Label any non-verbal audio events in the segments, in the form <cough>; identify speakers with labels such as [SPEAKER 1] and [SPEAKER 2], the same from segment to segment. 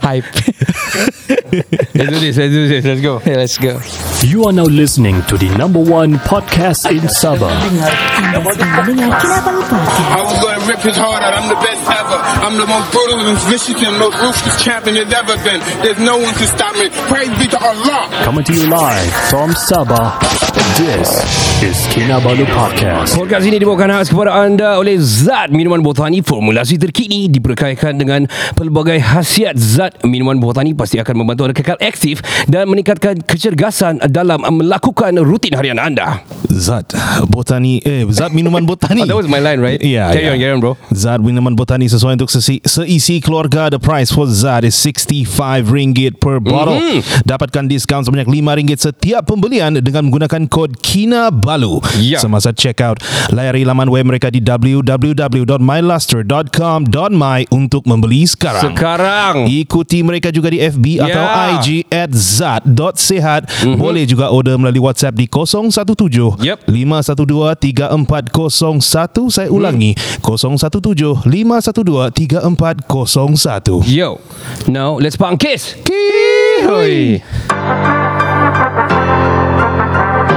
[SPEAKER 1] hype.
[SPEAKER 2] <laughs> Let's do this. Let's do this. Let's go.
[SPEAKER 1] yeah, let's go.
[SPEAKER 3] You are now listening to the number one podcast in Sabah.
[SPEAKER 4] Anda sedang mendengar Kinabalu Podcast.
[SPEAKER 5] I was gonna rip his heart out. I'm the best ever. I'm the most brutal and vicious and most ruthless champion there's ever been. There's no one to stop me. Praise be to Allah.
[SPEAKER 3] Coming to you live from Sabah. This is Kinabalu Podcast.
[SPEAKER 2] Podcast ini dibawakan khas kepada anda oleh Zat Minuman Botani Formulasi terkini diperkayakan dengan pelbagai khasiat Zat Minuman Botani pasti akan membantu anda kekal aktif dan meningkatkan kecergasan dalam melakukan rutin harian anda.
[SPEAKER 6] Zat Botani Eh Zat Minuman Botani
[SPEAKER 2] <laughs> Oh, that was my line, right?
[SPEAKER 6] Yeah
[SPEAKER 2] Carry on,
[SPEAKER 6] yeah.
[SPEAKER 2] carry on, bro.
[SPEAKER 6] Zat Minuman Botani Sesuai untuk sesi, seisi keluarga The price for Zat is RM65 ringgit per bottle
[SPEAKER 2] Mm-hmm.
[SPEAKER 6] Dapatkan diskaun sebanyak RM5 setiap pembelian Dengan menggunakan kod KINABALU
[SPEAKER 2] Yeah.
[SPEAKER 6] Semasa check out Layari laman web mereka di www.myluster.com.my Untuk membeli sekarang
[SPEAKER 2] Sekarang.
[SPEAKER 6] Hmm. Ikuti mereka juga di
[SPEAKER 2] Ya.
[SPEAKER 6] FB
[SPEAKER 2] Mhm.
[SPEAKER 6] yeah. atau IG at zat.sehat. Mm-hmm. Boleh juga order melalui WhatsApp di 017
[SPEAKER 2] Yep. Hmm.
[SPEAKER 6] 512-3401. Saya ulangi, 017-512-3401.
[SPEAKER 2] Yo. Now, let's pangkis. Hoi.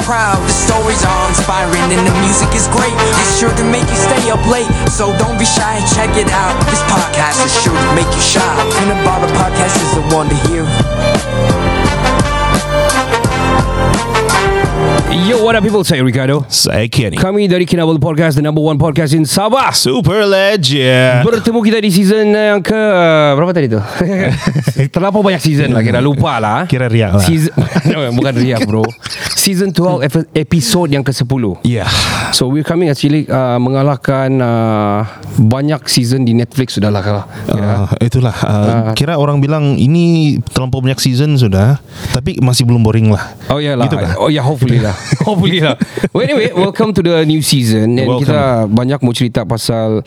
[SPEAKER 7] proud. The stories are inspiring and the music is great. It's sure to make you stay up late. So don't be shy and check it out. This podcast is sure to make you shy. And the bottle podcast is the one to hear.
[SPEAKER 2] Yo, what up people? Saya Ricardo.
[SPEAKER 6] Saya Kenny.
[SPEAKER 2] Kami dari Kinabalu Podcast, the number one podcast in Sabah.
[SPEAKER 6] Super legend.
[SPEAKER 2] Bertemu kita di season eh, yang ke Berapa tadi
[SPEAKER 6] <laughs>
[SPEAKER 2] tu? Terlalu banyak season lah Kira lupa lah
[SPEAKER 6] Kira riak lah.
[SPEAKER 2] season, <laughs> No, Bukan riak bro Season 12 ep- Episode yang ke 10
[SPEAKER 6] Yeah.
[SPEAKER 2] So we're coming actually uh, Mengalahkan uh, Banyak season di Netflix Sudah lah kalah Kira
[SPEAKER 6] Uh, itulah uh,
[SPEAKER 2] Ah.
[SPEAKER 6] Kira orang bilang Ini terlampau banyak season sudah Tapi masih belum boring lah
[SPEAKER 2] Oh yeah lah
[SPEAKER 6] Gitu kah? <laughs>
[SPEAKER 2] Oh yeah hopefully lah Hopefully lah <laughs> well, Anyway welcome to the new season And
[SPEAKER 6] Welcome.
[SPEAKER 2] kita banyak mau cerita pasal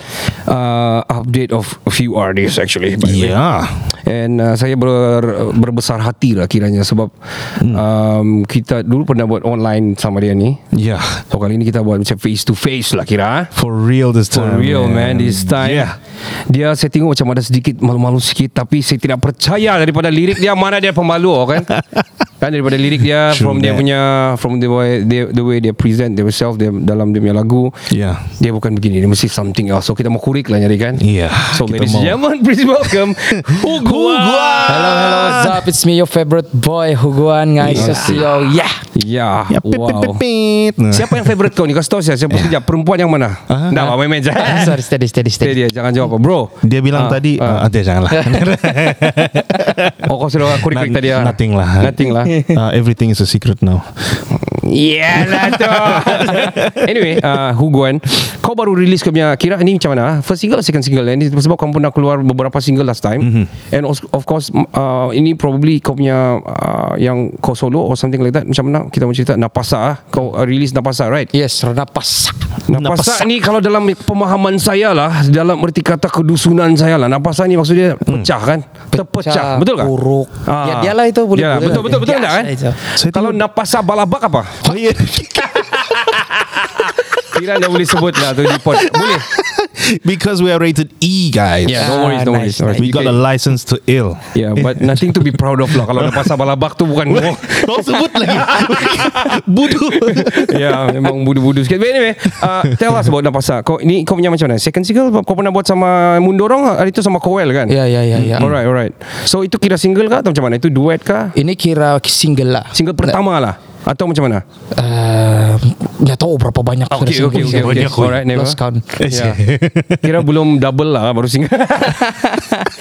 [SPEAKER 2] uh, Update of a few artists actually by the way.
[SPEAKER 6] Yeah
[SPEAKER 2] And uh, saya ber, berbesar hati lah kiranya sebab hmm. um, kita dulu pernah buat online sama dia ni.
[SPEAKER 6] Yeah
[SPEAKER 2] So kali ni kita buat macam face to face lah kira.
[SPEAKER 6] For real this
[SPEAKER 2] For
[SPEAKER 6] time.
[SPEAKER 2] real man this time
[SPEAKER 6] Yeah.
[SPEAKER 2] Dia saya tengok macam ada sedikit malu-malu sikit Tapi saya tidak percaya daripada lirik dia Mana dia pemalu
[SPEAKER 6] <laughs>
[SPEAKER 2] kan Kan daripada lirik dia
[SPEAKER 6] True
[SPEAKER 2] From dia
[SPEAKER 6] that.
[SPEAKER 2] punya From the way, the, the way dia present themselves dia, Dalam dia punya lagu
[SPEAKER 6] Yeah.
[SPEAKER 2] Dia bukan begini Dia mesti something else So kita mau kurik lah nyari kan
[SPEAKER 6] Yeah,
[SPEAKER 2] So
[SPEAKER 6] kita
[SPEAKER 2] ladies and
[SPEAKER 6] mau.
[SPEAKER 2] gentlemen Please
[SPEAKER 6] <laughs>
[SPEAKER 2] welcome Hugua
[SPEAKER 1] Hello, hello, what's up? It's me, your favorite boy, Huguan. Nice to see you. Yeah.
[SPEAKER 2] Ya
[SPEAKER 6] Ya, pip, pip,
[SPEAKER 2] Wow
[SPEAKER 6] pip, pip. Nah.
[SPEAKER 2] Siapa yang favourite kau ni Kasih tahu saya Siapa sekejap Perempuan yang mana
[SPEAKER 6] Ah,
[SPEAKER 2] Dah main-main je
[SPEAKER 1] Sorry, steady, steady,
[SPEAKER 2] Dia
[SPEAKER 1] steady.
[SPEAKER 2] dia jangan jawab Bro Ah,
[SPEAKER 6] Dia bilang tadi uh, Nanti
[SPEAKER 2] <laughs>
[SPEAKER 6] janganlah
[SPEAKER 2] Oh kau sudah kurik-kurik
[SPEAKER 6] Not-
[SPEAKER 2] tadi ah.
[SPEAKER 6] Nothing lah
[SPEAKER 2] Nothing
[SPEAKER 6] <laughs>
[SPEAKER 2] lah
[SPEAKER 6] uh, Everything is a secret now <laughs>
[SPEAKER 2] Iyalah tu <laughs> Anyway uh, Huguan Kau baru release kau punya Kira ni macam mana ah? First single atau second single eh? Ni Sebab kau pernah keluar Beberapa single last time
[SPEAKER 6] Mhm.
[SPEAKER 2] mm-hmm. And of of course m- uh, Ini probably kau punya uh, Yang kau solo Or something like that Macam mana Kita mau cerita Napasa ah. Kau uh, release Napasa right
[SPEAKER 1] Yes, Renapas.
[SPEAKER 2] Napasak ni kalau dalam pemahaman saya lah Dalam erti kata kedusunan saya lah Napasak ni maksudnya pecah kan Terpecah Betul kan?
[SPEAKER 1] Kuruk. Hmm. Ya,
[SPEAKER 2] Ah.
[SPEAKER 1] dialah itu boleh.
[SPEAKER 2] Dialah.
[SPEAKER 1] boleh.
[SPEAKER 2] Betul betul betul
[SPEAKER 1] Biasa
[SPEAKER 2] tak kan?
[SPEAKER 1] itu.
[SPEAKER 6] Saya
[SPEAKER 2] Kalau
[SPEAKER 6] tengok-
[SPEAKER 2] napasak balabak apa?
[SPEAKER 6] Oh yeah.
[SPEAKER 2] Kira anda boleh sebut lah tu di pod Boleh
[SPEAKER 6] Because we are rated E guys
[SPEAKER 2] Yeah, don't worry,
[SPEAKER 1] Ah,
[SPEAKER 2] don't worry.
[SPEAKER 1] nice,
[SPEAKER 6] We got a license to
[SPEAKER 2] <laughs>
[SPEAKER 6] ill
[SPEAKER 2] Yeah, but nothing to be proud of lah. Kalau napasak balabak tu bukan
[SPEAKER 1] <laughs>
[SPEAKER 6] Kau sebut
[SPEAKER 2] <laughs>
[SPEAKER 6] lagi Bodoh
[SPEAKER 2] Ya, yeah, memang budu-budu sikit. But anyway, uh, tell us about napasak. Kau ni kau punya macam mana? Second single kau pernah buat sama Mundorong hari tu sama Kowel kan?
[SPEAKER 1] Ya, ya, ya, ya.
[SPEAKER 2] Alright, alright. So itu kira single kah atau macam mana? Itu duet kah?
[SPEAKER 1] Ini kira single lah.
[SPEAKER 2] Single pertama lah. Atau macam mana?
[SPEAKER 1] Uh, nggak tahu berapa banyak
[SPEAKER 2] Ah, okay,
[SPEAKER 1] versi
[SPEAKER 2] okay,
[SPEAKER 1] gue.
[SPEAKER 2] okay, okay.
[SPEAKER 6] Banyak, oi.
[SPEAKER 2] Alright, never.
[SPEAKER 1] Lost count.
[SPEAKER 6] <laughs>
[SPEAKER 2] Yeah. Kira belum double lah baru <laughs> single.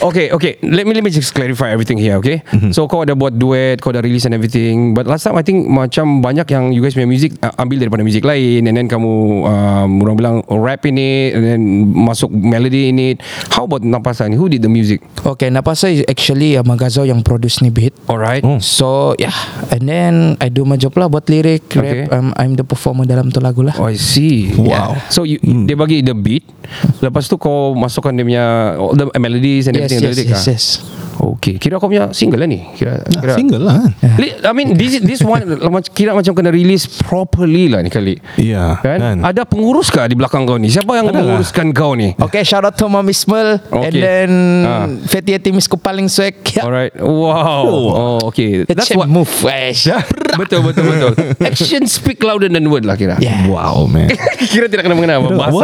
[SPEAKER 2] okay, okay. Let me let me just clarify everything here, okay? So kau ada buat duet, kau ada release and everything. But last time I think macam banyak yang you guys punya music uh, ambil daripada music lain and then kamu um, orang bilang rap in it and then masuk melody in it. How about Napasa ni? Who did the music?
[SPEAKER 1] Okay, Napasa is actually uh, Magazo yang produce ni beat.
[SPEAKER 2] Alright.
[SPEAKER 1] So yeah, and then I do my job lah buat lirik,
[SPEAKER 2] Okay.
[SPEAKER 1] rap. Um, I'm the performer dalam tu lagu lah.
[SPEAKER 2] Oh, I see.
[SPEAKER 6] Wow.
[SPEAKER 2] So you, dia bagi the beat, lepas tu kau masukkan dia punya all the melodies and
[SPEAKER 1] yes,
[SPEAKER 2] everything
[SPEAKER 1] yes,
[SPEAKER 2] the lyric.
[SPEAKER 1] yes,
[SPEAKER 2] ah?
[SPEAKER 1] yes.
[SPEAKER 2] Okay, kira kau punya single lah ni. Kira, kira
[SPEAKER 6] Single lah kan?
[SPEAKER 2] Li- I mean this this one <laughs> lama- kira macam kena release properly lah ni kali.
[SPEAKER 6] Ya,
[SPEAKER 2] Kan?
[SPEAKER 6] kan?
[SPEAKER 2] Ada pengurus kah di belakang kau ni? Siapa yang
[SPEAKER 6] Ada lah.
[SPEAKER 2] menguruskan kau ni?
[SPEAKER 1] Okay, shout out to Mom Ismail
[SPEAKER 2] Okay.
[SPEAKER 1] and then
[SPEAKER 2] Ah.
[SPEAKER 1] uh. Fatty Atimis ko paling swag. Yeah.
[SPEAKER 2] Alright. Wow.
[SPEAKER 6] Ya. Oh.
[SPEAKER 2] Oh, okay.
[SPEAKER 1] That's what move. eh. Wesh.
[SPEAKER 2] betul betul
[SPEAKER 6] <laughs>
[SPEAKER 2] betul. Action speak louder than word lah kira.
[SPEAKER 1] Yeah.
[SPEAKER 6] Wow man.
[SPEAKER 2] <laughs> kira tidak kena mengena apa bahasa.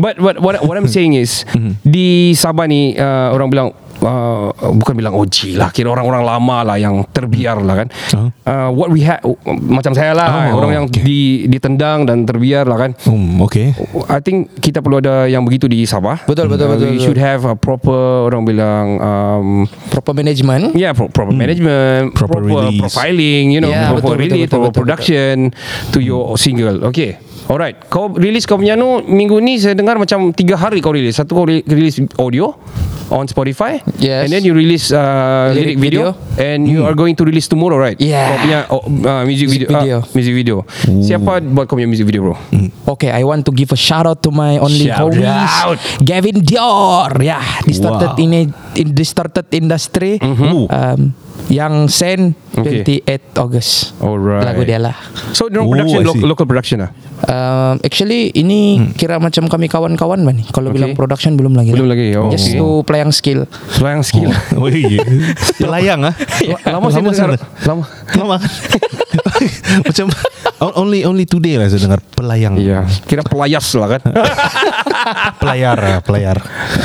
[SPEAKER 6] What?
[SPEAKER 2] But what what what I'm saying is di Sabah ni uh, orang bilang Uh, bukan bilang OG lah Kira orang-orang lama lah Yang terbiar lah kan
[SPEAKER 6] Oh.
[SPEAKER 2] uh, What we had Macam saya lah
[SPEAKER 6] Oh,
[SPEAKER 2] Orang yang
[SPEAKER 6] okay.
[SPEAKER 2] di, ditendang Dan terbiar lah kan
[SPEAKER 6] Hmm,
[SPEAKER 2] <laughs>
[SPEAKER 6] okay.
[SPEAKER 2] I think kita perlu ada yang begitu di Sabah.
[SPEAKER 1] Betul, betul,
[SPEAKER 2] Uh,
[SPEAKER 1] betul,
[SPEAKER 2] We
[SPEAKER 1] betul.
[SPEAKER 2] should have a proper orang bilang um,
[SPEAKER 1] Proper management.
[SPEAKER 2] yeah pro- proper management,
[SPEAKER 6] Proper release.
[SPEAKER 2] profiling, you know,
[SPEAKER 1] Hmm. Yeah,
[SPEAKER 2] proper
[SPEAKER 1] betul, betul,
[SPEAKER 2] release,
[SPEAKER 1] betul,
[SPEAKER 2] proper
[SPEAKER 1] betul, Hmm.
[SPEAKER 2] production to your single. Okay. Alright, kau release kau punya nu minggu ni saya dengar macam tiga hari kau release. Satu kau re- release audio on Spotify,
[SPEAKER 1] Yes.
[SPEAKER 2] and then you release uh, lyric,
[SPEAKER 1] Lyric Hmm.
[SPEAKER 2] video, and you are going to release tomorrow, right?
[SPEAKER 1] Yeah.
[SPEAKER 2] Kau punya oh, uh, music,
[SPEAKER 1] Music
[SPEAKER 2] video, ah,
[SPEAKER 1] video. Hmm.
[SPEAKER 2] music video. Siapa buat kau punya music video, bro?
[SPEAKER 1] Okay, I want to give a shout out to my only
[SPEAKER 6] Shout
[SPEAKER 1] homies,
[SPEAKER 6] out.
[SPEAKER 1] Gavin Dior. Yeah, this started
[SPEAKER 6] Wow.
[SPEAKER 1] in a in this started industry.
[SPEAKER 6] Ooh.
[SPEAKER 1] Um, yang Sen
[SPEAKER 2] Mm-hmm. Okay.
[SPEAKER 1] 28 August.
[SPEAKER 2] Alright.
[SPEAKER 1] Lagu dia lah.
[SPEAKER 2] So, dorang
[SPEAKER 6] Oh,
[SPEAKER 2] production
[SPEAKER 6] I
[SPEAKER 2] lo-
[SPEAKER 6] see.
[SPEAKER 2] local production lah.
[SPEAKER 1] Um, actually ini kira macam kami kawan-kawan man. Kalau
[SPEAKER 2] Hmm. Okay.
[SPEAKER 1] bilang production belum lagi.
[SPEAKER 2] Belum lagi, oh,
[SPEAKER 1] Just
[SPEAKER 2] okay.
[SPEAKER 1] to play yang skill.
[SPEAKER 2] Selayang skill.
[SPEAKER 1] <laughs>
[SPEAKER 6] Oh
[SPEAKER 2] <laughs>
[SPEAKER 6] iya. Pelayang ah.
[SPEAKER 2] lah. Ya, Lama saya dengar. Lama.
[SPEAKER 6] Lama kan? <laughs> Macam on- only only today lah saya dengar pelayang.
[SPEAKER 2] Ya, kira pelayas lah kan.
[SPEAKER 6] Pelayar, ah, pelayar.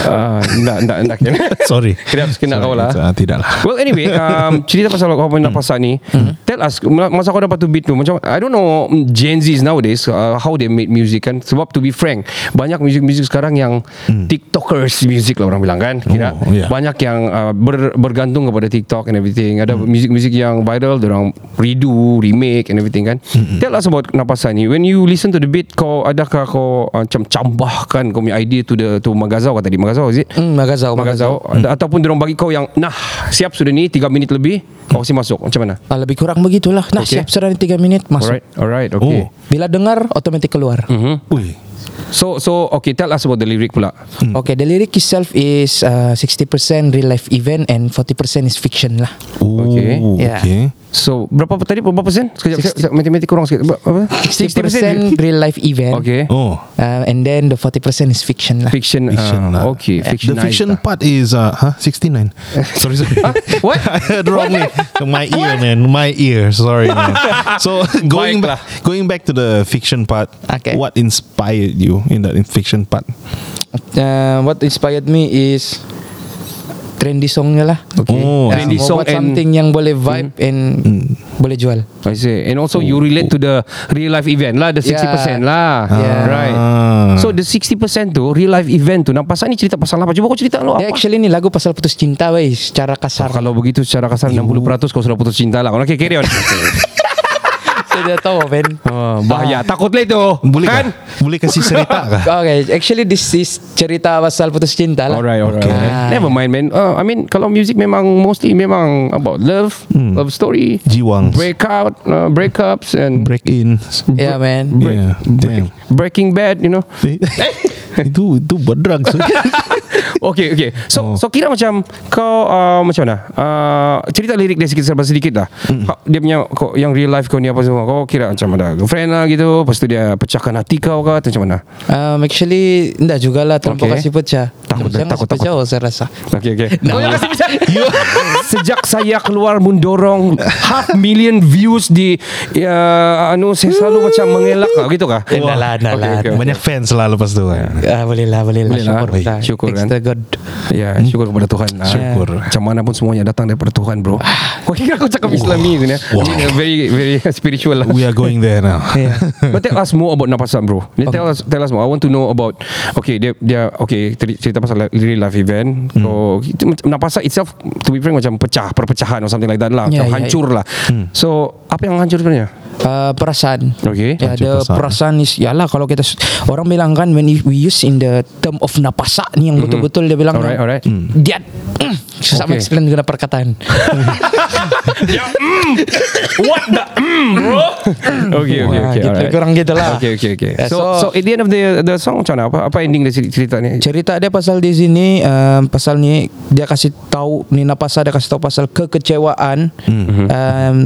[SPEAKER 2] Ah, Nak, nak, nak. kira.
[SPEAKER 6] Sorry.
[SPEAKER 2] Kira harus kena
[SPEAKER 6] Sorry,
[SPEAKER 2] kau lah.
[SPEAKER 6] ah, Tidak lah.
[SPEAKER 2] Well anyway um, Cerita pasal kau punya pasal ni
[SPEAKER 6] Hmm.
[SPEAKER 2] Tell us Masa kau dapat tu beat tu Macam I don't know mm, Gen Zs nowadays uh, How they make music kan Sebab to be frank Banyak music-music sekarang yang TikTokers music lah orang bilang kan Kira
[SPEAKER 6] Hmm. Oh, yeah.
[SPEAKER 2] Banyak yang uh, ber, bergantung kepada TikTok and everything Ada
[SPEAKER 6] Hmm.
[SPEAKER 2] music-music yang viral Diorang redo Remake and everything kan
[SPEAKER 6] Hmm,
[SPEAKER 2] Tell us about Napasan ni When you listen to the beat Kau adakah kau uh, Macam cambahkan Kau punya idea to the To Magazau kata tadi Magazau is it?
[SPEAKER 1] Hmm, Magazau,
[SPEAKER 2] Magazau hmm. Ataupun diorang bagi kau yang Nah siap sudah ni 3 minit lebih Kau mesti masuk Macam mana?
[SPEAKER 1] Ah, lebih kurang begitulah. Nah,
[SPEAKER 2] Okay.
[SPEAKER 1] siap sudah ni 3 minit masuk.
[SPEAKER 2] Alright Alright okay oh.
[SPEAKER 6] Oh.
[SPEAKER 1] Bila dengar automatic keluar.
[SPEAKER 6] Ui.
[SPEAKER 2] So so okay Tell us about the lyric pula
[SPEAKER 1] Okay, the lyric itself is uh, 60% real life event and 40% is fiction lah.
[SPEAKER 6] Oh,
[SPEAKER 2] Okay.
[SPEAKER 6] okay.
[SPEAKER 1] Yeah.
[SPEAKER 2] So berapa tadi berapa persen? Sekejap sekejap, sekejap matematik kurang sikit Ber- Apa?
[SPEAKER 1] 60% real life event.
[SPEAKER 2] Okay
[SPEAKER 6] Oh.
[SPEAKER 1] Uh, and then the 40% is fiction lah.
[SPEAKER 2] Fiction,
[SPEAKER 6] Fiction
[SPEAKER 2] uh,
[SPEAKER 6] lah.
[SPEAKER 2] Okay
[SPEAKER 6] The
[SPEAKER 2] fictionized
[SPEAKER 6] fiction
[SPEAKER 2] lah.
[SPEAKER 6] part is uh, huh, 69. sorry, sorry.
[SPEAKER 2] What?
[SPEAKER 6] <laughs> I heard wrongly. My ear, man. My ear.
[SPEAKER 2] <laughs>
[SPEAKER 6] Sorry, man. So <laughs> going
[SPEAKER 2] Baiklah.
[SPEAKER 6] back, going back to the fiction part.
[SPEAKER 1] Okay.
[SPEAKER 6] What inspired you in that in fiction part?
[SPEAKER 1] Uh, what inspired me is trendy songnya lah.
[SPEAKER 2] Okay.
[SPEAKER 6] Oh,
[SPEAKER 1] Uh,
[SPEAKER 2] Trendy
[SPEAKER 1] mau
[SPEAKER 2] song
[SPEAKER 1] buat
[SPEAKER 2] and- Hmm.
[SPEAKER 1] something yang boleh vibe and boleh jual.
[SPEAKER 2] I see. And also you relate to the real life event lah, the 60%
[SPEAKER 1] Yeah.
[SPEAKER 2] lah.
[SPEAKER 1] Yeah.
[SPEAKER 2] Right.
[SPEAKER 6] Ah.
[SPEAKER 2] So the 60% tu real life event tu. Nak pasal ni cerita pasal apa? Cuba kau cerita lu
[SPEAKER 1] Dia
[SPEAKER 2] apa?
[SPEAKER 1] actually ni lagu pasal putus cinta wey, secara
[SPEAKER 2] Oh,
[SPEAKER 1] kasar.
[SPEAKER 2] kalau begitu secara kasar 60% kau sudah putus cinta lah. Okay, carry on.
[SPEAKER 1] <laughs>
[SPEAKER 2] <laughs>
[SPEAKER 1] Saya dah tahu, Ben.
[SPEAKER 2] oh, bahaya. Takutlah itu.
[SPEAKER 6] Boleh
[SPEAKER 2] kan?
[SPEAKER 6] kan? Boleh kasih cerita
[SPEAKER 2] <laughs>
[SPEAKER 6] kah?
[SPEAKER 1] Okay, actually this is cerita pasal putus cinta lah.
[SPEAKER 2] Alright, alright.
[SPEAKER 6] Okay.
[SPEAKER 2] alright. Never mind, man. Uh, I mean, kalau music memang mostly memang about love, love story,
[SPEAKER 6] Jiwangs.
[SPEAKER 2] breakout, uh, breakups, and
[SPEAKER 6] Break in.
[SPEAKER 1] Yeah, man.
[SPEAKER 6] Yeah. Damn.
[SPEAKER 2] Breaking Bad, you know.
[SPEAKER 6] itu itu buat drug. So.
[SPEAKER 2] Okay okay So oh. so kira macam Kau uh, macam mana uh, Cerita lirik dia sikit Serba sedikit lah mm. Dia punya kau, Yang real life kau ni apa semua Kau kira macam ada Girlfriend lah gitu Lepas tu dia pecahkan hati kau ke Atau macam mana
[SPEAKER 1] Um, actually, enggak juga lah. Terima
[SPEAKER 2] Okay.
[SPEAKER 1] kasih pecah.
[SPEAKER 2] Takut dah,
[SPEAKER 1] Jangan
[SPEAKER 2] takut,
[SPEAKER 1] sampai
[SPEAKER 2] takut.
[SPEAKER 1] jauh saya rasa
[SPEAKER 2] Okay,
[SPEAKER 6] <laughs>
[SPEAKER 2] okay. Kau yang kasih <laughs> pesan. Ya. Sejak saya keluar mendorong half million views di ya, anu saya selalu macam mengelak lah, gitu kah?
[SPEAKER 6] Ya,
[SPEAKER 1] Eh, dah lah, dah
[SPEAKER 2] Okay,
[SPEAKER 1] lah.
[SPEAKER 2] okay, okay.
[SPEAKER 6] Banyak fans lah lepas tu kan.
[SPEAKER 1] Ah, boleh lah, boleh lah.
[SPEAKER 2] Boleh lah.
[SPEAKER 1] Syukur,
[SPEAKER 2] Baik.
[SPEAKER 1] kita.
[SPEAKER 2] Syukur,
[SPEAKER 1] Thanks
[SPEAKER 2] kan?
[SPEAKER 1] to God.
[SPEAKER 2] Ya, syukur kepada Tuhan. Ah,
[SPEAKER 6] Syukur. Ah.
[SPEAKER 2] Macam mana pun semuanya datang daripada Tuhan, bro. Kau kira aku cakap Islami tu ni.
[SPEAKER 6] Wow.
[SPEAKER 2] Ini Very very spiritual lah.
[SPEAKER 6] We are going there now. <laughs>
[SPEAKER 1] Yeah.
[SPEAKER 2] <laughs> But tell us more about Napasan bro. Okay. Tell us tell us more. I want to know about okay dia dia okay tadi cerita pasal li- real life event. Hmm. So itu macam- Napasan itself to be frank macam pecah perpecahan or something like that lah. Yeah,
[SPEAKER 1] Yeah, yeah, Hmm.
[SPEAKER 2] hancur lah. So apa yang hancur sebenarnya?
[SPEAKER 1] Uh, perasaan.
[SPEAKER 2] Okay.
[SPEAKER 1] Ya,
[SPEAKER 6] Hancur
[SPEAKER 1] ada
[SPEAKER 6] perasaan.
[SPEAKER 1] perasaan ni yalah kalau kita orang bilang kan when we use in the term of napasa ni yang betul-betul dia bilang.
[SPEAKER 2] Alright, alright.
[SPEAKER 1] Dia susah
[SPEAKER 2] Okay.
[SPEAKER 1] okay. explain dengan perkataan.
[SPEAKER 2] Okay okay
[SPEAKER 1] Wah,
[SPEAKER 2] okay.
[SPEAKER 1] gitu,
[SPEAKER 2] alright.
[SPEAKER 1] kurang gitu lah.
[SPEAKER 2] Okay okay okay.
[SPEAKER 1] Yeah,
[SPEAKER 2] So, so
[SPEAKER 1] so-
[SPEAKER 2] at the end of the the song macam mana? Apa apa ending dari cerita ni?
[SPEAKER 1] Cerita dia pasal di sini um, pasal ni dia kasih tahu ni napasa dia kasih tahu pasal kekecewaan.
[SPEAKER 2] Mhm.
[SPEAKER 1] Um,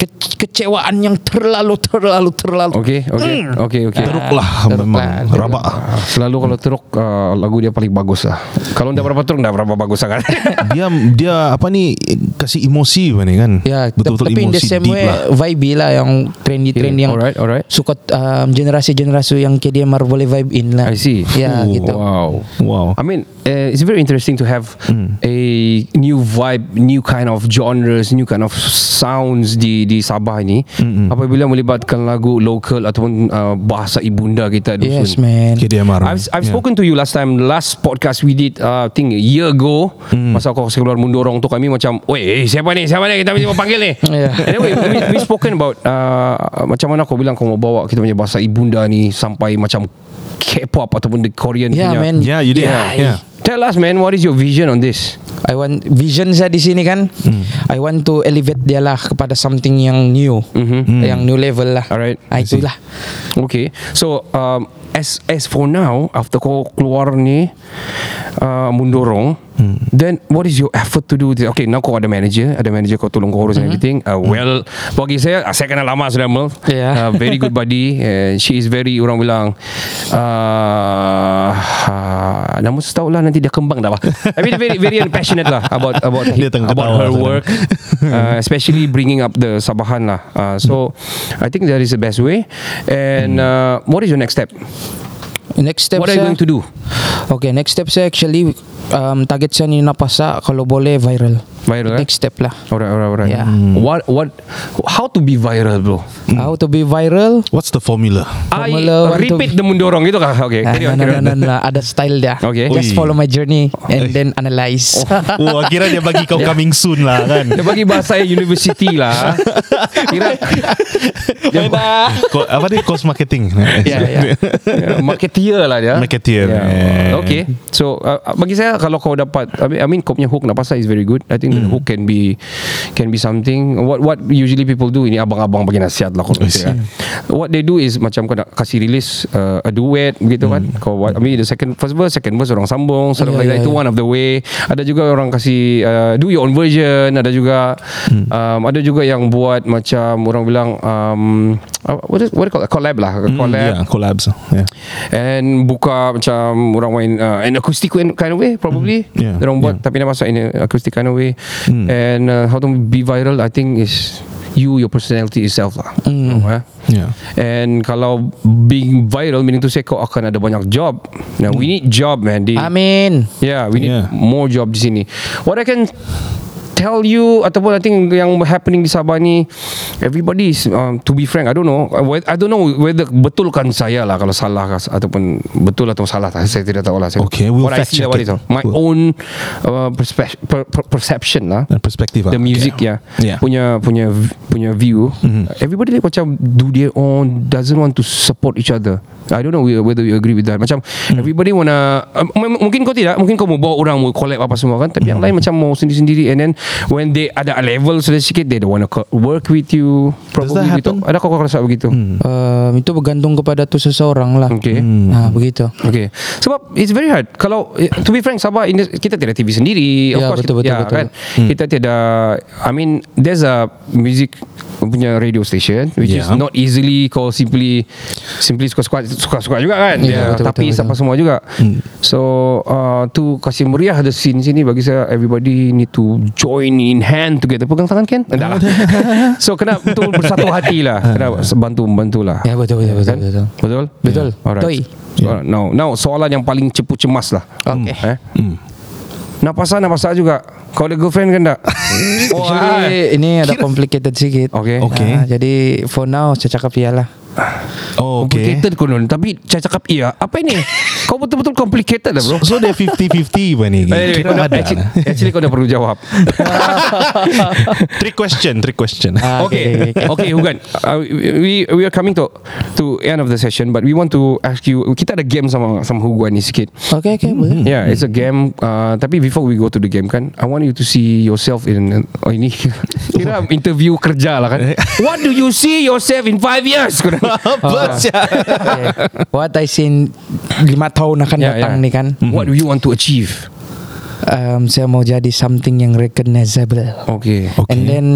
[SPEAKER 1] ke- kecewaan yang terlalu terlalu terlalu.
[SPEAKER 2] Okay okay okay okay.
[SPEAKER 6] Teruk lah
[SPEAKER 1] Hmm. Teruk
[SPEAKER 6] memang
[SPEAKER 1] lah, teruk.
[SPEAKER 6] rabak.
[SPEAKER 2] Ah, Selalu kalau teruk uh, lagu dia paling bagus lah. Kalau dah berapa teruk dah berapa bagus lah
[SPEAKER 1] <laughs>
[SPEAKER 2] kan.
[SPEAKER 6] Dia dia apa ni kasih emosi apa ni kan?
[SPEAKER 1] Ya,
[SPEAKER 6] Betul-betul
[SPEAKER 1] tapi in the
[SPEAKER 6] emosi
[SPEAKER 1] same
[SPEAKER 6] deep
[SPEAKER 1] way
[SPEAKER 6] lah.
[SPEAKER 1] vibe lah yang trendy-trendy yang
[SPEAKER 2] Alright, alright.
[SPEAKER 1] suka um, generasi-generasi yang KDMR boleh vibe in lah.
[SPEAKER 2] I see.
[SPEAKER 6] Oh,
[SPEAKER 1] Ya, gitu.
[SPEAKER 2] Wow.
[SPEAKER 6] Wow.
[SPEAKER 2] I mean, uh, it's very interesting to have
[SPEAKER 1] Hmm.
[SPEAKER 2] a new vibe, new kind of genres, new kind of sounds di di Sabah ini.
[SPEAKER 1] Hmm,
[SPEAKER 2] Apabila melibatkan lagu lokal ataupun uh, bahasa ibunda kita dusun.
[SPEAKER 1] Yes, man.
[SPEAKER 6] KDMR.
[SPEAKER 2] I've, I've spoken to you last time Last podcast we did uh, I think a year ago Masa kau keluar mundorong tu Kami macam Weh eh, siapa ni Siapa ni Kita mesti panggil ni
[SPEAKER 1] Yeah.
[SPEAKER 2] Anyway we, we spoken about uh, Macam mana kau bilang Kau mau bawa kita punya bahasa ibunda ni Sampai macam K-pop Ataupun the Korean punya
[SPEAKER 1] Yeah, Ya,
[SPEAKER 2] ya.
[SPEAKER 1] man.
[SPEAKER 6] Yeah, you did.
[SPEAKER 1] Yeah.
[SPEAKER 6] Yeah.
[SPEAKER 2] Tell us man What is your vision on this
[SPEAKER 1] I want vision saya di sini kan.
[SPEAKER 2] Hmm.
[SPEAKER 1] I want to elevate dia lah kepada something yang new, yang new level lah.
[SPEAKER 2] Mhm. Alright.
[SPEAKER 1] Ah, itulah.
[SPEAKER 2] Okay So um, As as for now After kau keluar ni uh, Mundorong Then what is your effort to do this? Okay now kau ada manager Ada manager kau tolong kau urus mm-hmm. everything uh, Well Bagi saya uh, Saya kenal lama sudah Mel
[SPEAKER 1] Yeah.
[SPEAKER 2] uh, Very good buddy and She is very Orang bilang uh, uh, Namun setahu lah Nanti dia kembang dah lah I mean very, very passionate lah About about,
[SPEAKER 6] <laughs> Dia tengah
[SPEAKER 2] about
[SPEAKER 6] ketawa
[SPEAKER 2] her
[SPEAKER 6] tu.
[SPEAKER 2] work uh, especially bringing up the Sabahan lah. Uh, so I think that is the best way. And
[SPEAKER 6] Hmm.
[SPEAKER 2] uh, what is your next step?
[SPEAKER 1] Next step
[SPEAKER 2] what are you
[SPEAKER 1] saya-
[SPEAKER 2] going to do?
[SPEAKER 1] Okay, next step saya actually um, target saya ni napasa kalau boleh viral.
[SPEAKER 2] Viral, eh?
[SPEAKER 1] Next step lah.
[SPEAKER 2] Alright, alright, alright.
[SPEAKER 1] Yeah.
[SPEAKER 6] Hmm.
[SPEAKER 2] What what? How to be viral, bro?
[SPEAKER 1] How to be viral?
[SPEAKER 6] What's the formula?
[SPEAKER 2] I
[SPEAKER 1] Formula one to-
[SPEAKER 2] repeat the mundorong itu kah? Okay.
[SPEAKER 1] Ah,
[SPEAKER 2] carry
[SPEAKER 1] no,
[SPEAKER 2] on,
[SPEAKER 1] no,
[SPEAKER 2] carry
[SPEAKER 1] no,
[SPEAKER 2] on.
[SPEAKER 1] no, no, no. Ada style dia.
[SPEAKER 2] Okay. Oh,
[SPEAKER 1] Just
[SPEAKER 6] Ui.
[SPEAKER 1] follow my journey and then analyze.
[SPEAKER 6] Wah, kira Oh, dia bagi kau coming soon lah kan.
[SPEAKER 2] Dia bagi bahasa university
[SPEAKER 1] <laughs>
[SPEAKER 2] lah. Kira dia
[SPEAKER 6] Ko, apa dia cost marketing?
[SPEAKER 2] <laughs>
[SPEAKER 1] Ya, ya.
[SPEAKER 6] <laughs>
[SPEAKER 2] Yeah, marketeer lah dia.
[SPEAKER 6] Marketeer,
[SPEAKER 2] Yeah.
[SPEAKER 6] yeah.
[SPEAKER 2] Okay. So uh, bagi saya kalau kau dapat I mean, I mean kau punya hook nak pasal is very good. I
[SPEAKER 1] Hmm.
[SPEAKER 2] think mm. the hook can be can be something what what usually people do ini abang-abang bagi nasihat lah kau
[SPEAKER 6] I
[SPEAKER 2] yeah. What they do is macam kau nak kasih release uh, a duet begitu kan. Kau buat I mean the second first verse second verse orang sambung sort of
[SPEAKER 1] Hmm.
[SPEAKER 2] like that
[SPEAKER 1] Yeah, yeah,
[SPEAKER 2] itu
[SPEAKER 1] yeah.
[SPEAKER 2] one of the way. Ada juga orang kasih uh, do your own version, ada juga
[SPEAKER 6] Hmm.
[SPEAKER 2] um, ada juga yang buat macam orang bilang um, uh, what is what do you call it? collab lah, collab.
[SPEAKER 6] Hmm, Yeah, collabs. Yeah.
[SPEAKER 2] And buka macam orang main uh, an acoustic kind kind of way probably.
[SPEAKER 6] Mm, yeah,
[SPEAKER 2] Orang buat
[SPEAKER 6] yeah. Hmm.
[SPEAKER 2] tapi dia masuk in an acoustic kind of way. And uh, how to be viral I think is you your personality itself lah. You know, eh?
[SPEAKER 6] Hmm. Yeah.
[SPEAKER 2] And kalau being viral meaning to say kau akan ada banyak job. Now we need job man. Di,
[SPEAKER 1] <laughs> Amin.
[SPEAKER 2] Yeah, we need
[SPEAKER 6] Yeah.
[SPEAKER 2] more job di sini. What I can tell you ataupun I think yang happening di Sabah ni everybody is um, to be frank I don't know uh, I- I don't know whether betulkan saya lah kalau salah kas- ataupun betul atau salah tak, saya tidak tahu lah saya,
[SPEAKER 6] Okay, we'll
[SPEAKER 2] what I
[SPEAKER 6] fact
[SPEAKER 2] see lah
[SPEAKER 6] check
[SPEAKER 2] what
[SPEAKER 6] it.
[SPEAKER 2] is my
[SPEAKER 6] Cool.
[SPEAKER 2] own uh, perspe- per, per, perception lah
[SPEAKER 6] And perspective.
[SPEAKER 2] the
[SPEAKER 6] ah.
[SPEAKER 2] music
[SPEAKER 6] Okay. Mm-hmm.
[SPEAKER 2] yeah. punya punya punya view everybody like macam do their own doesn't want to support each other I don't know whether you agree with that macam
[SPEAKER 6] Mm.
[SPEAKER 2] everybody um,
[SPEAKER 6] Mm-hmm.
[SPEAKER 2] wanna uh, m- m- mungkin kau tidak mungkin kau mau bawa orang mau collab apa semua kan tapi yang lain macam mau sendiri-sendiri and then when they ada level sudah sikit they don't want to co- work with you probably
[SPEAKER 6] that
[SPEAKER 2] gitu.
[SPEAKER 6] happen? Mm.
[SPEAKER 2] ada kau kau rasa begitu
[SPEAKER 1] Um, itu bergantung kepada tu seseorang lah.
[SPEAKER 2] Okay.
[SPEAKER 1] Nah, begitu.
[SPEAKER 2] Okay Sebab it's very hard Kalau eh, To be frank Sabah ini, Kita tiada TV sendiri Of
[SPEAKER 1] Ya,
[SPEAKER 2] course
[SPEAKER 1] betul,
[SPEAKER 2] kita,
[SPEAKER 1] betul,
[SPEAKER 2] ya,
[SPEAKER 1] betul. Hmm.
[SPEAKER 2] Kan? Kita tiada I mean There's a Music punya radio station Which is
[SPEAKER 6] Yeah.
[SPEAKER 2] not easily Kau simply Simply suka-suka Suka-suka juga kan
[SPEAKER 1] Ya, betul,
[SPEAKER 2] Tapi
[SPEAKER 1] betul, Hmm.
[SPEAKER 2] siapa
[SPEAKER 1] betul.
[SPEAKER 2] semua juga So uh, Tu kasih meriah The scene sini Bagi saya Everybody need to Join in hand together Pegang tangan Ken Eh,
[SPEAKER 1] <laughs>
[SPEAKER 2] Dah lah So kena betul bersatu hati lah Kena bantu-bantu lah
[SPEAKER 1] Ya betul betul betul. betul.
[SPEAKER 2] Betul?
[SPEAKER 1] Betul.
[SPEAKER 2] Yeah. Alright.
[SPEAKER 1] Betul.
[SPEAKER 2] Yeah. Now, now soalan yang paling cepu cemas lah.
[SPEAKER 1] Okay.
[SPEAKER 2] Eh? Napasa napasa juga. Kau ada girlfriend kan tak? oh,
[SPEAKER 1] Actually ini ada complicated sikit.
[SPEAKER 2] Okay.
[SPEAKER 6] Okay.
[SPEAKER 1] Ah, jadi for now saya cakap ya lah.
[SPEAKER 6] Oh, okay.
[SPEAKER 2] complicated konon. Tapi saya cakap iya. Apa ini? Kau betul-betul complicated lah
[SPEAKER 6] <laughs>
[SPEAKER 2] bro.
[SPEAKER 6] So dia 50-50 apa ni?
[SPEAKER 2] Eh,
[SPEAKER 6] Kira
[SPEAKER 2] kau dah-
[SPEAKER 6] ada
[SPEAKER 2] actually,
[SPEAKER 6] lah.
[SPEAKER 2] actually kau dah perlu jawab
[SPEAKER 6] Trick question, trick question.
[SPEAKER 1] Ah,
[SPEAKER 2] Okay
[SPEAKER 1] okay.
[SPEAKER 2] Okay Hugan uh, We we are coming to To end of the session But we want to ask you Kita ada game sama Sama Hugan ni sikit
[SPEAKER 1] Okay okay boleh.
[SPEAKER 2] Yeah, it's a game. Uh, tapi before we go to the game kan, I want you to see yourself in oh ini <laughs> kira interview kerja <laughs> lah kan. What do you see yourself in five years? <laughs> Kau dah-
[SPEAKER 6] Apa sia?
[SPEAKER 1] <laughs> Okay. What I seen lima tahun akan
[SPEAKER 2] Yeah,
[SPEAKER 1] datang
[SPEAKER 2] yeah.
[SPEAKER 1] ni kan.
[SPEAKER 2] What do you want to achieve?
[SPEAKER 1] Um, saya mau jadi something yang recognizable.
[SPEAKER 2] Okay.
[SPEAKER 1] And then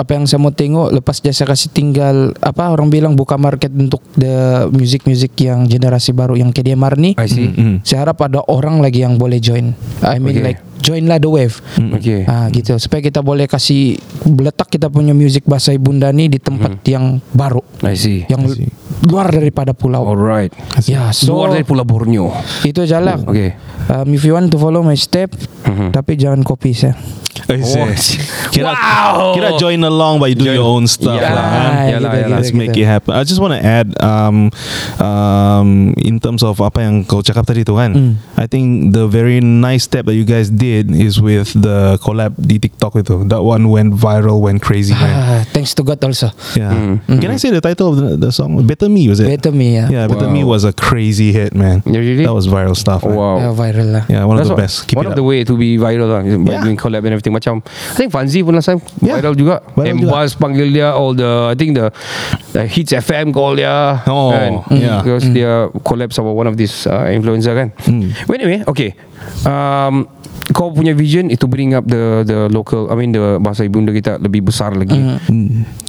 [SPEAKER 1] apa yang saya mau tengok lepas jasa kasih tinggal apa orang bilang buka market untuk the music music yang generasi baru yang KDMR ni.
[SPEAKER 2] I see.
[SPEAKER 1] Saya harap ada orang lagi yang boleh join. I
[SPEAKER 2] Okay.
[SPEAKER 1] mean
[SPEAKER 2] Mm,
[SPEAKER 1] like join lah the wave.
[SPEAKER 2] Okay.
[SPEAKER 1] Ah gitu supaya kita boleh kasih letak kita punya music bahasa ibunda ni di tempat yang baru
[SPEAKER 2] Mm-hmm. I see.
[SPEAKER 1] yang luar daripada pulau.
[SPEAKER 2] Alright.
[SPEAKER 1] Ya, so
[SPEAKER 2] Luar dari Pulau Borneo.
[SPEAKER 1] itu jalan.
[SPEAKER 2] Okay. Mm-hmm.
[SPEAKER 1] Um, if you want to follow my step, tapi jangan copy saya.
[SPEAKER 6] I see. Kira,
[SPEAKER 2] Wow.
[SPEAKER 6] kira join along but you do
[SPEAKER 2] Join-
[SPEAKER 6] your own stuff
[SPEAKER 2] Yeah.
[SPEAKER 6] lah. kan?
[SPEAKER 1] Ah,
[SPEAKER 2] Yalah,
[SPEAKER 1] gitu,
[SPEAKER 2] yalah,
[SPEAKER 1] gitu,
[SPEAKER 6] Let's make
[SPEAKER 1] gitu.
[SPEAKER 6] it happen. I just want to add um, um, in terms of apa yang kau cakap tadi tu kan. I think the very nice step that you guys did is with the collab di TikTok itu. That one went viral, went crazy. man.
[SPEAKER 1] Ah, thanks to God also.
[SPEAKER 6] Yeah. Can I say the title of the, the song? Better Me was it?
[SPEAKER 1] Better me ya.
[SPEAKER 6] Yeah, Better
[SPEAKER 2] Wow.
[SPEAKER 6] Me was a crazy hit, man.
[SPEAKER 2] Yeah, really?
[SPEAKER 6] That was viral stuff. man.
[SPEAKER 2] Wow.
[SPEAKER 1] Ya, viral lah.
[SPEAKER 6] Yeah, one
[SPEAKER 2] That's
[SPEAKER 6] of the
[SPEAKER 2] what-
[SPEAKER 6] best. Keep
[SPEAKER 2] one
[SPEAKER 6] it
[SPEAKER 2] of
[SPEAKER 6] up.
[SPEAKER 2] the way to be viral lah by
[SPEAKER 6] Yeah.
[SPEAKER 2] doing collab and everything macam I think Fanzi pun last time
[SPEAKER 6] Yeah.
[SPEAKER 2] viral juga
[SPEAKER 6] Viral
[SPEAKER 2] and
[SPEAKER 6] juga.
[SPEAKER 2] Buzz panggil dia all the I think the uh, Hits FM call dia
[SPEAKER 6] Oh, yeah.
[SPEAKER 2] because dia collab sama one of these uh, influencer kan
[SPEAKER 6] Mm.
[SPEAKER 2] But anyway okay um, kau punya vision itu bring up the the local I mean the bahasa ibunda kita lebih besar lagi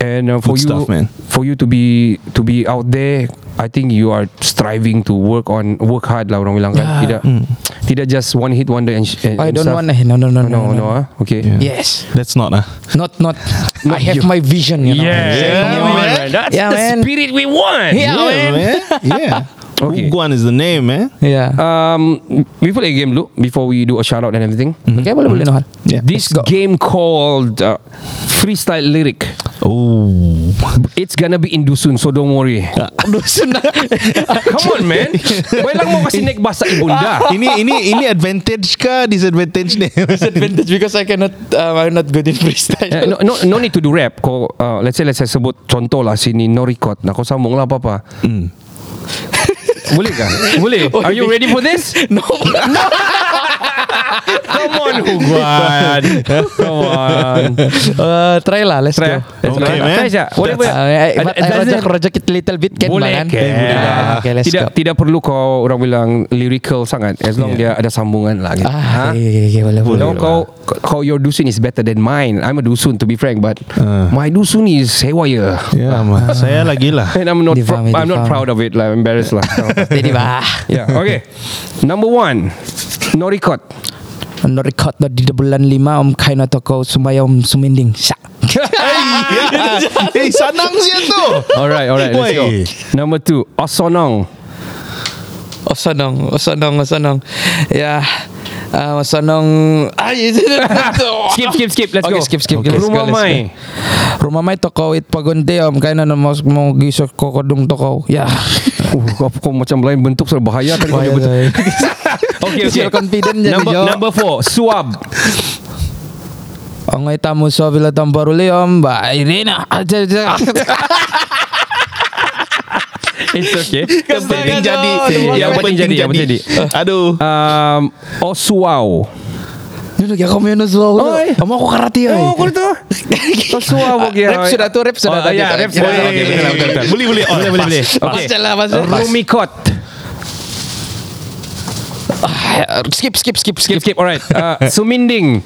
[SPEAKER 2] and uh, for
[SPEAKER 6] Mm-hmm. Good
[SPEAKER 2] you
[SPEAKER 6] stuff, man.
[SPEAKER 2] for you to be to be out there I think you are striving to work on work hard lah orang bilang kan tidak tidak just one hit wonder and, sh- and
[SPEAKER 1] I
[SPEAKER 2] and
[SPEAKER 1] don't
[SPEAKER 2] stuff.
[SPEAKER 1] want eh, no no no no.
[SPEAKER 2] no no ah okay yeah.
[SPEAKER 1] Yes.
[SPEAKER 6] That's not ah.
[SPEAKER 1] Not not. I have my vision you know.
[SPEAKER 2] Come on,
[SPEAKER 6] man.
[SPEAKER 2] man. That's
[SPEAKER 1] Yeah,
[SPEAKER 2] the
[SPEAKER 1] man.
[SPEAKER 2] spirit we want.
[SPEAKER 1] Yeah, man.
[SPEAKER 6] yeah.
[SPEAKER 2] <laughs> Okay.
[SPEAKER 6] Uguan is the name, man.
[SPEAKER 1] Yeah.
[SPEAKER 2] Um, we play a game look before we do a shout out and everything.
[SPEAKER 1] Okay, boleh boleh Nohal. <laughs>
[SPEAKER 6] Yeah.
[SPEAKER 2] This game called uh, freestyle lyric.
[SPEAKER 6] Oh.
[SPEAKER 2] It's gonna be in Dusun, so don't worry. Dusun. Come on,
[SPEAKER 1] <laughs>
[SPEAKER 2] man. Why lang mo kasi naik bahasa ibunda?
[SPEAKER 6] <laughs> ini ini ini advantage ke
[SPEAKER 2] <laughs>
[SPEAKER 6] disadvantage ni?
[SPEAKER 1] Disadvantage because I cannot uh, I'm not good in freestyle.
[SPEAKER 2] Eh, no, no, no need to do rap. Kau, uh, let's say, let's say sebut contoh lah sini no record. Nah, kau sambung lah apa-apa.
[SPEAKER 6] Hmm.
[SPEAKER 2] <laughs> Boleh kah? Boleh. Are you ready for this?
[SPEAKER 1] <laughs> no.
[SPEAKER 2] <laughs> Come on, Huguan. Come on.
[SPEAKER 1] Uh, try lah, let's
[SPEAKER 2] Try.
[SPEAKER 1] try.
[SPEAKER 2] ah. Let's
[SPEAKER 6] Okay,
[SPEAKER 2] try.
[SPEAKER 6] man.
[SPEAKER 2] Try saja. Whatever.
[SPEAKER 1] Uh,
[SPEAKER 2] It-
[SPEAKER 1] but
[SPEAKER 2] it
[SPEAKER 1] I rojak
[SPEAKER 2] doesn't-
[SPEAKER 1] rojak it little bit kan
[SPEAKER 2] boleh
[SPEAKER 1] bang, kan?
[SPEAKER 2] ke?
[SPEAKER 1] Ah, Okay, let's
[SPEAKER 2] tidak
[SPEAKER 1] go.
[SPEAKER 2] tidak perlu kau orang bilang lyrical sangat as long dia ada sambungan lah gitu.
[SPEAKER 1] Ah,
[SPEAKER 2] Ha?
[SPEAKER 1] okay, okay, okay, boleh boleh.
[SPEAKER 2] Kalau kau,
[SPEAKER 6] lah.
[SPEAKER 2] kau your dusun is better than mine. I'm a dusun to be frank, but
[SPEAKER 6] Ah.
[SPEAKER 2] my dusun is sewa ya.
[SPEAKER 6] Ya,
[SPEAKER 2] <laughs>
[SPEAKER 6] man. Saya lagi lah.
[SPEAKER 2] And I'm not
[SPEAKER 1] Difaham,
[SPEAKER 2] pro- I'm not
[SPEAKER 1] difaham.
[SPEAKER 2] proud of it lah, embarrassed lah.
[SPEAKER 1] <laughs> Jadi bah.
[SPEAKER 2] <laughs> yeah, okay. Number one, Norikot.
[SPEAKER 1] No record no di bulan lima om kain atau kau sumaya om suminding. <laughs> Syak.
[SPEAKER 6] <laughs> Eh, sanang siya tu.
[SPEAKER 2] Alright, alright, let's go.
[SPEAKER 6] Woi.
[SPEAKER 2] Number two, Osonong.
[SPEAKER 1] Oh, Osanong, osanong, osanong. oh, Ya. Uh, osanong. Ah, itu. <laughs>
[SPEAKER 2] Skip, skip, skip. Let's
[SPEAKER 1] Okay,
[SPEAKER 2] go.
[SPEAKER 1] skip, skip, Okay. let's go,
[SPEAKER 2] Rumah
[SPEAKER 1] let's go.
[SPEAKER 2] Mai.
[SPEAKER 1] Rumah mai toko it pagonte om kain ano mau mau gisok ko kodong toko. <laughs> Ya.
[SPEAKER 2] Uh, kau, kau macam lain bentuk sudah bahaya kan kau punya bentuk. <laughs> Okay, okay.
[SPEAKER 1] You're confident jadi,
[SPEAKER 2] number,
[SPEAKER 1] Jo.
[SPEAKER 2] number four, Suab.
[SPEAKER 1] Ongoy tamu so bila tambaruli om ba Irina. Ah, Aja aja.
[SPEAKER 2] It's okay.
[SPEAKER 6] Yang penting jadi.
[SPEAKER 2] Yang penting jadi, yang penting jadi.
[SPEAKER 6] Aduh.
[SPEAKER 2] Um, Osuau.
[SPEAKER 1] <laughs> Dia lagi aku minus low.
[SPEAKER 2] Oi.
[SPEAKER 1] Kamu aku karate oi.
[SPEAKER 2] Oh, kau tu. Kau suah bagi.
[SPEAKER 1] Ah, Rap sudah tu, rap sudah tu.
[SPEAKER 2] Ya, rap sudah.
[SPEAKER 1] Boleh,
[SPEAKER 2] Okey, betul, betul, betul.
[SPEAKER 6] Boleh boleh oh, Boleh boleh boleh
[SPEAKER 2] Okey.
[SPEAKER 1] Pasal lah, pasal.
[SPEAKER 2] Rumi Kot.
[SPEAKER 1] Ah, Skip, skip, skip, skip.
[SPEAKER 2] Skip, skip. Alright. Uh, Suminding.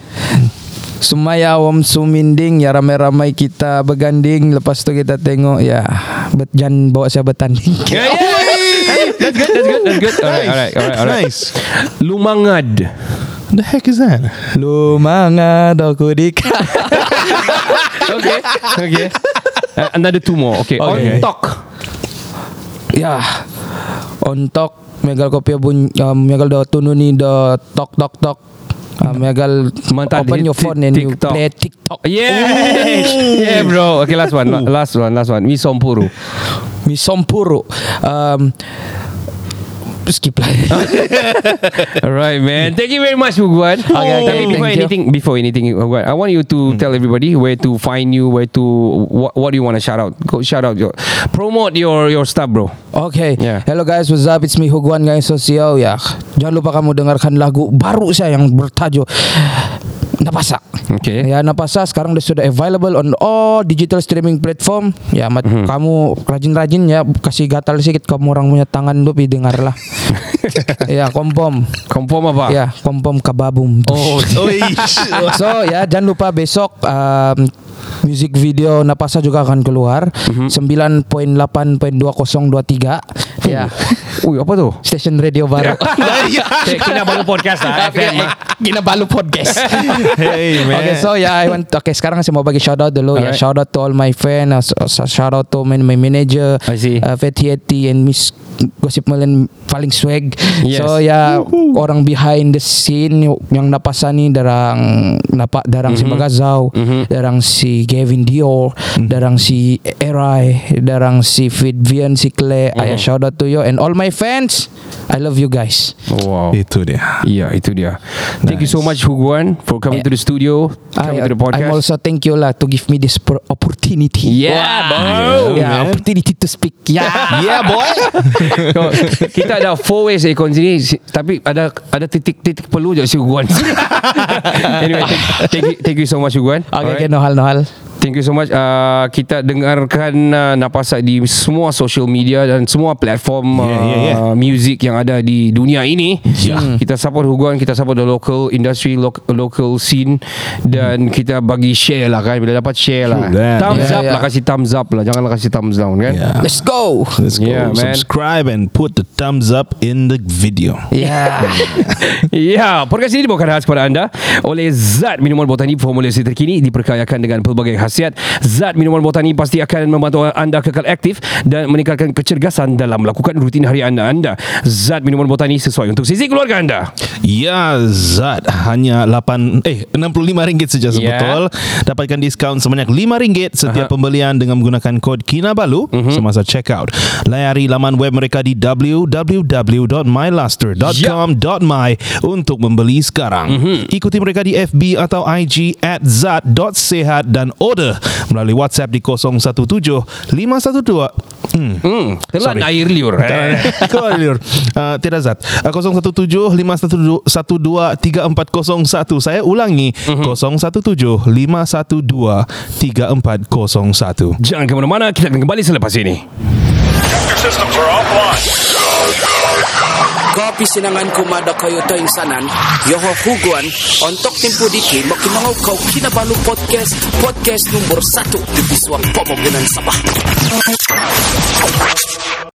[SPEAKER 1] Sumaya awam suminding ya ramai-ramai kita berganding lepas tu kita tengok ya bet jangan bawa saya bertanding.
[SPEAKER 2] Yeah, yeah. Ya, That's good, that's good, that's good. Alright, alright, alright, alright.
[SPEAKER 6] Nice
[SPEAKER 2] Lumangad.
[SPEAKER 6] The heck is that?
[SPEAKER 1] <laughs> Lu mangad aku di
[SPEAKER 2] Okay, okay. Uh, another two more. Okay,
[SPEAKER 1] Okay.
[SPEAKER 2] on talk.
[SPEAKER 1] Ya. Untuk megal kopi bun um, megal do tunu ni do tok tok tok. Uh, megal
[SPEAKER 2] Mantap,
[SPEAKER 1] open
[SPEAKER 2] di-
[SPEAKER 1] your phone and you
[SPEAKER 2] TikTok. Oh,
[SPEAKER 1] play TikTok.
[SPEAKER 2] Yeah, yeah, bro. Okay, last one, last one, last one. Misompuru.
[SPEAKER 1] Mi sompuro. Um, skip lah. <laughs>
[SPEAKER 2] Alright, man. Thank you very much, Uguan.
[SPEAKER 1] Okay, okay, Oh, thank
[SPEAKER 2] before
[SPEAKER 1] you.
[SPEAKER 2] anything, before anything, Uguan, I want you to tell everybody where to find you, where to what, what do you want to shout out? Go shout out your promote your your stuff, bro.
[SPEAKER 1] Okay.
[SPEAKER 2] Yeah.
[SPEAKER 1] Hello guys, what's up? It's me Huguan guys Sosial ya. Jangan lupa kamu dengarkan lagu baru saya yang bertajuk Napasa.
[SPEAKER 2] Okay.
[SPEAKER 1] Ya, Napasa sekarang dia sudah available on all digital streaming platform. Ya, mat,
[SPEAKER 2] Mhm.
[SPEAKER 1] kamu rajin-rajin ya kasih gatal sedikit kamu orang punya tangan lu pi
[SPEAKER 2] <laughs>
[SPEAKER 1] dengarlah. ya, kompom.
[SPEAKER 2] Confirm apa?
[SPEAKER 1] Ya, kompom kababum. <laughs>
[SPEAKER 2] Oh,
[SPEAKER 1] so ya jangan lupa besok um, music video Napasa juga akan keluar
[SPEAKER 2] Mhm.
[SPEAKER 1] 9.8.2023 ya
[SPEAKER 2] <laughs> Ui, apa tu?
[SPEAKER 1] stasiun radio
[SPEAKER 2] <laughs>
[SPEAKER 1] baru
[SPEAKER 2] Kena baru podcast lah.
[SPEAKER 1] Gina Balu Podcast
[SPEAKER 6] Hey man
[SPEAKER 1] Okay so yeah I want Okay sekarang saya mau bagi shout out dulu ya
[SPEAKER 2] Alright.
[SPEAKER 1] Shout out to all my fan uh, so- so- Shout out to my, my manager
[SPEAKER 2] I see.
[SPEAKER 1] uh, Fatty Eti and Miss Gossip Melon Paling swag
[SPEAKER 2] Yes.
[SPEAKER 1] So yeah Orang behind the scene Yang napasa ni Darang napa, Darang
[SPEAKER 2] Mm-hmm.
[SPEAKER 1] si Magazau Darang si Gavin Dior Darang si Erai Darang si Fitvian Si Clay
[SPEAKER 2] Mm-hmm.
[SPEAKER 1] I shout out to you And all my fans I love you guys
[SPEAKER 2] Wow.
[SPEAKER 6] Itu dia
[SPEAKER 2] Yeah, Ya, itu dia. Thank you so much, Huguan, for coming to the studio, coming
[SPEAKER 1] I,
[SPEAKER 2] to the podcast.
[SPEAKER 1] I'm
[SPEAKER 2] <laughs>
[SPEAKER 1] also thank you lah to give me this pro- opportunity.
[SPEAKER 2] yeah, bro.
[SPEAKER 1] yeah, opportunity to speak. Yeah.
[SPEAKER 6] Yeah boy
[SPEAKER 2] So, kita ada four ways air sini si- tapi ada ada titik-titik perlu je si Guan. <laughs> anyway, thank, thank, you, thank you so much Guan.
[SPEAKER 1] Okay, okay, no hal, no hal.
[SPEAKER 2] Thank you so much. Uh, kita dengarkan uh, Napasak di semua social media dan semua platform yeah,
[SPEAKER 6] yeah, yeah.
[SPEAKER 2] Uh, music yang ada di dunia ini.
[SPEAKER 6] <laughs>
[SPEAKER 2] Yeah. Kita support Huguan, kita support the local industry, lo- local scene dan kita bagi share lah kan. Bila dapat share lah.
[SPEAKER 6] True that.
[SPEAKER 2] Thumbs
[SPEAKER 1] Yeah,
[SPEAKER 2] up
[SPEAKER 1] yeah.
[SPEAKER 2] lah, kasih thumbs up lah. Janganlah kasih thumbs down kan.
[SPEAKER 6] Yeah.
[SPEAKER 1] Let's go.
[SPEAKER 6] Let's go
[SPEAKER 2] Yeah, man.
[SPEAKER 6] Subscribe and put the thumbs up in the video
[SPEAKER 2] <laughs>
[SPEAKER 1] Yeah.
[SPEAKER 2] Ya, podcast ini dibawakan khas kepada anda oleh Zat Minuman Botani formulasi terkini diperkayakan dengan pelbagai khasiat. Zat Minuman Botani pasti akan membantu anda kekal aktif dan meningkatkan kecergasan dalam melakukan rutin harian anda. Zat Minuman Botani sesuai untuk sisi keluarga anda.
[SPEAKER 6] Ya Zat Hanya 8 Eh 65 ringgit saja
[SPEAKER 2] Ya.
[SPEAKER 6] sebetul Dapatkan diskaun sebanyak 5 ringgit Setiap pembelian Dengan menggunakan kod Kinabalu
[SPEAKER 2] Mhm.
[SPEAKER 6] Semasa checkout Layari laman web mereka di www.myluster.com.my Untuk membeli sekarang
[SPEAKER 2] Mhm.
[SPEAKER 6] Ikuti mereka di FB atau IG At Zat.sehat Dan order Melalui WhatsApp di 017 512 Hmm
[SPEAKER 2] Hmm, telan
[SPEAKER 6] Sorry.
[SPEAKER 2] air liur. Eh.
[SPEAKER 6] Kau liur uh, Tiada zat uh, 017-512-3401 Saya ulangi mm-hmm. 017-512-3401
[SPEAKER 2] Jangan ke mana-mana, kita akan kembali selepas ini.
[SPEAKER 3] Systems are offline.
[SPEAKER 8] Kopi sinangan kumada kayo tayong sanan, yoho huguan, ontok timpo diti, makimangaw kau kinabalu podcast, podcast number 1, di biswang pamaginan sabah.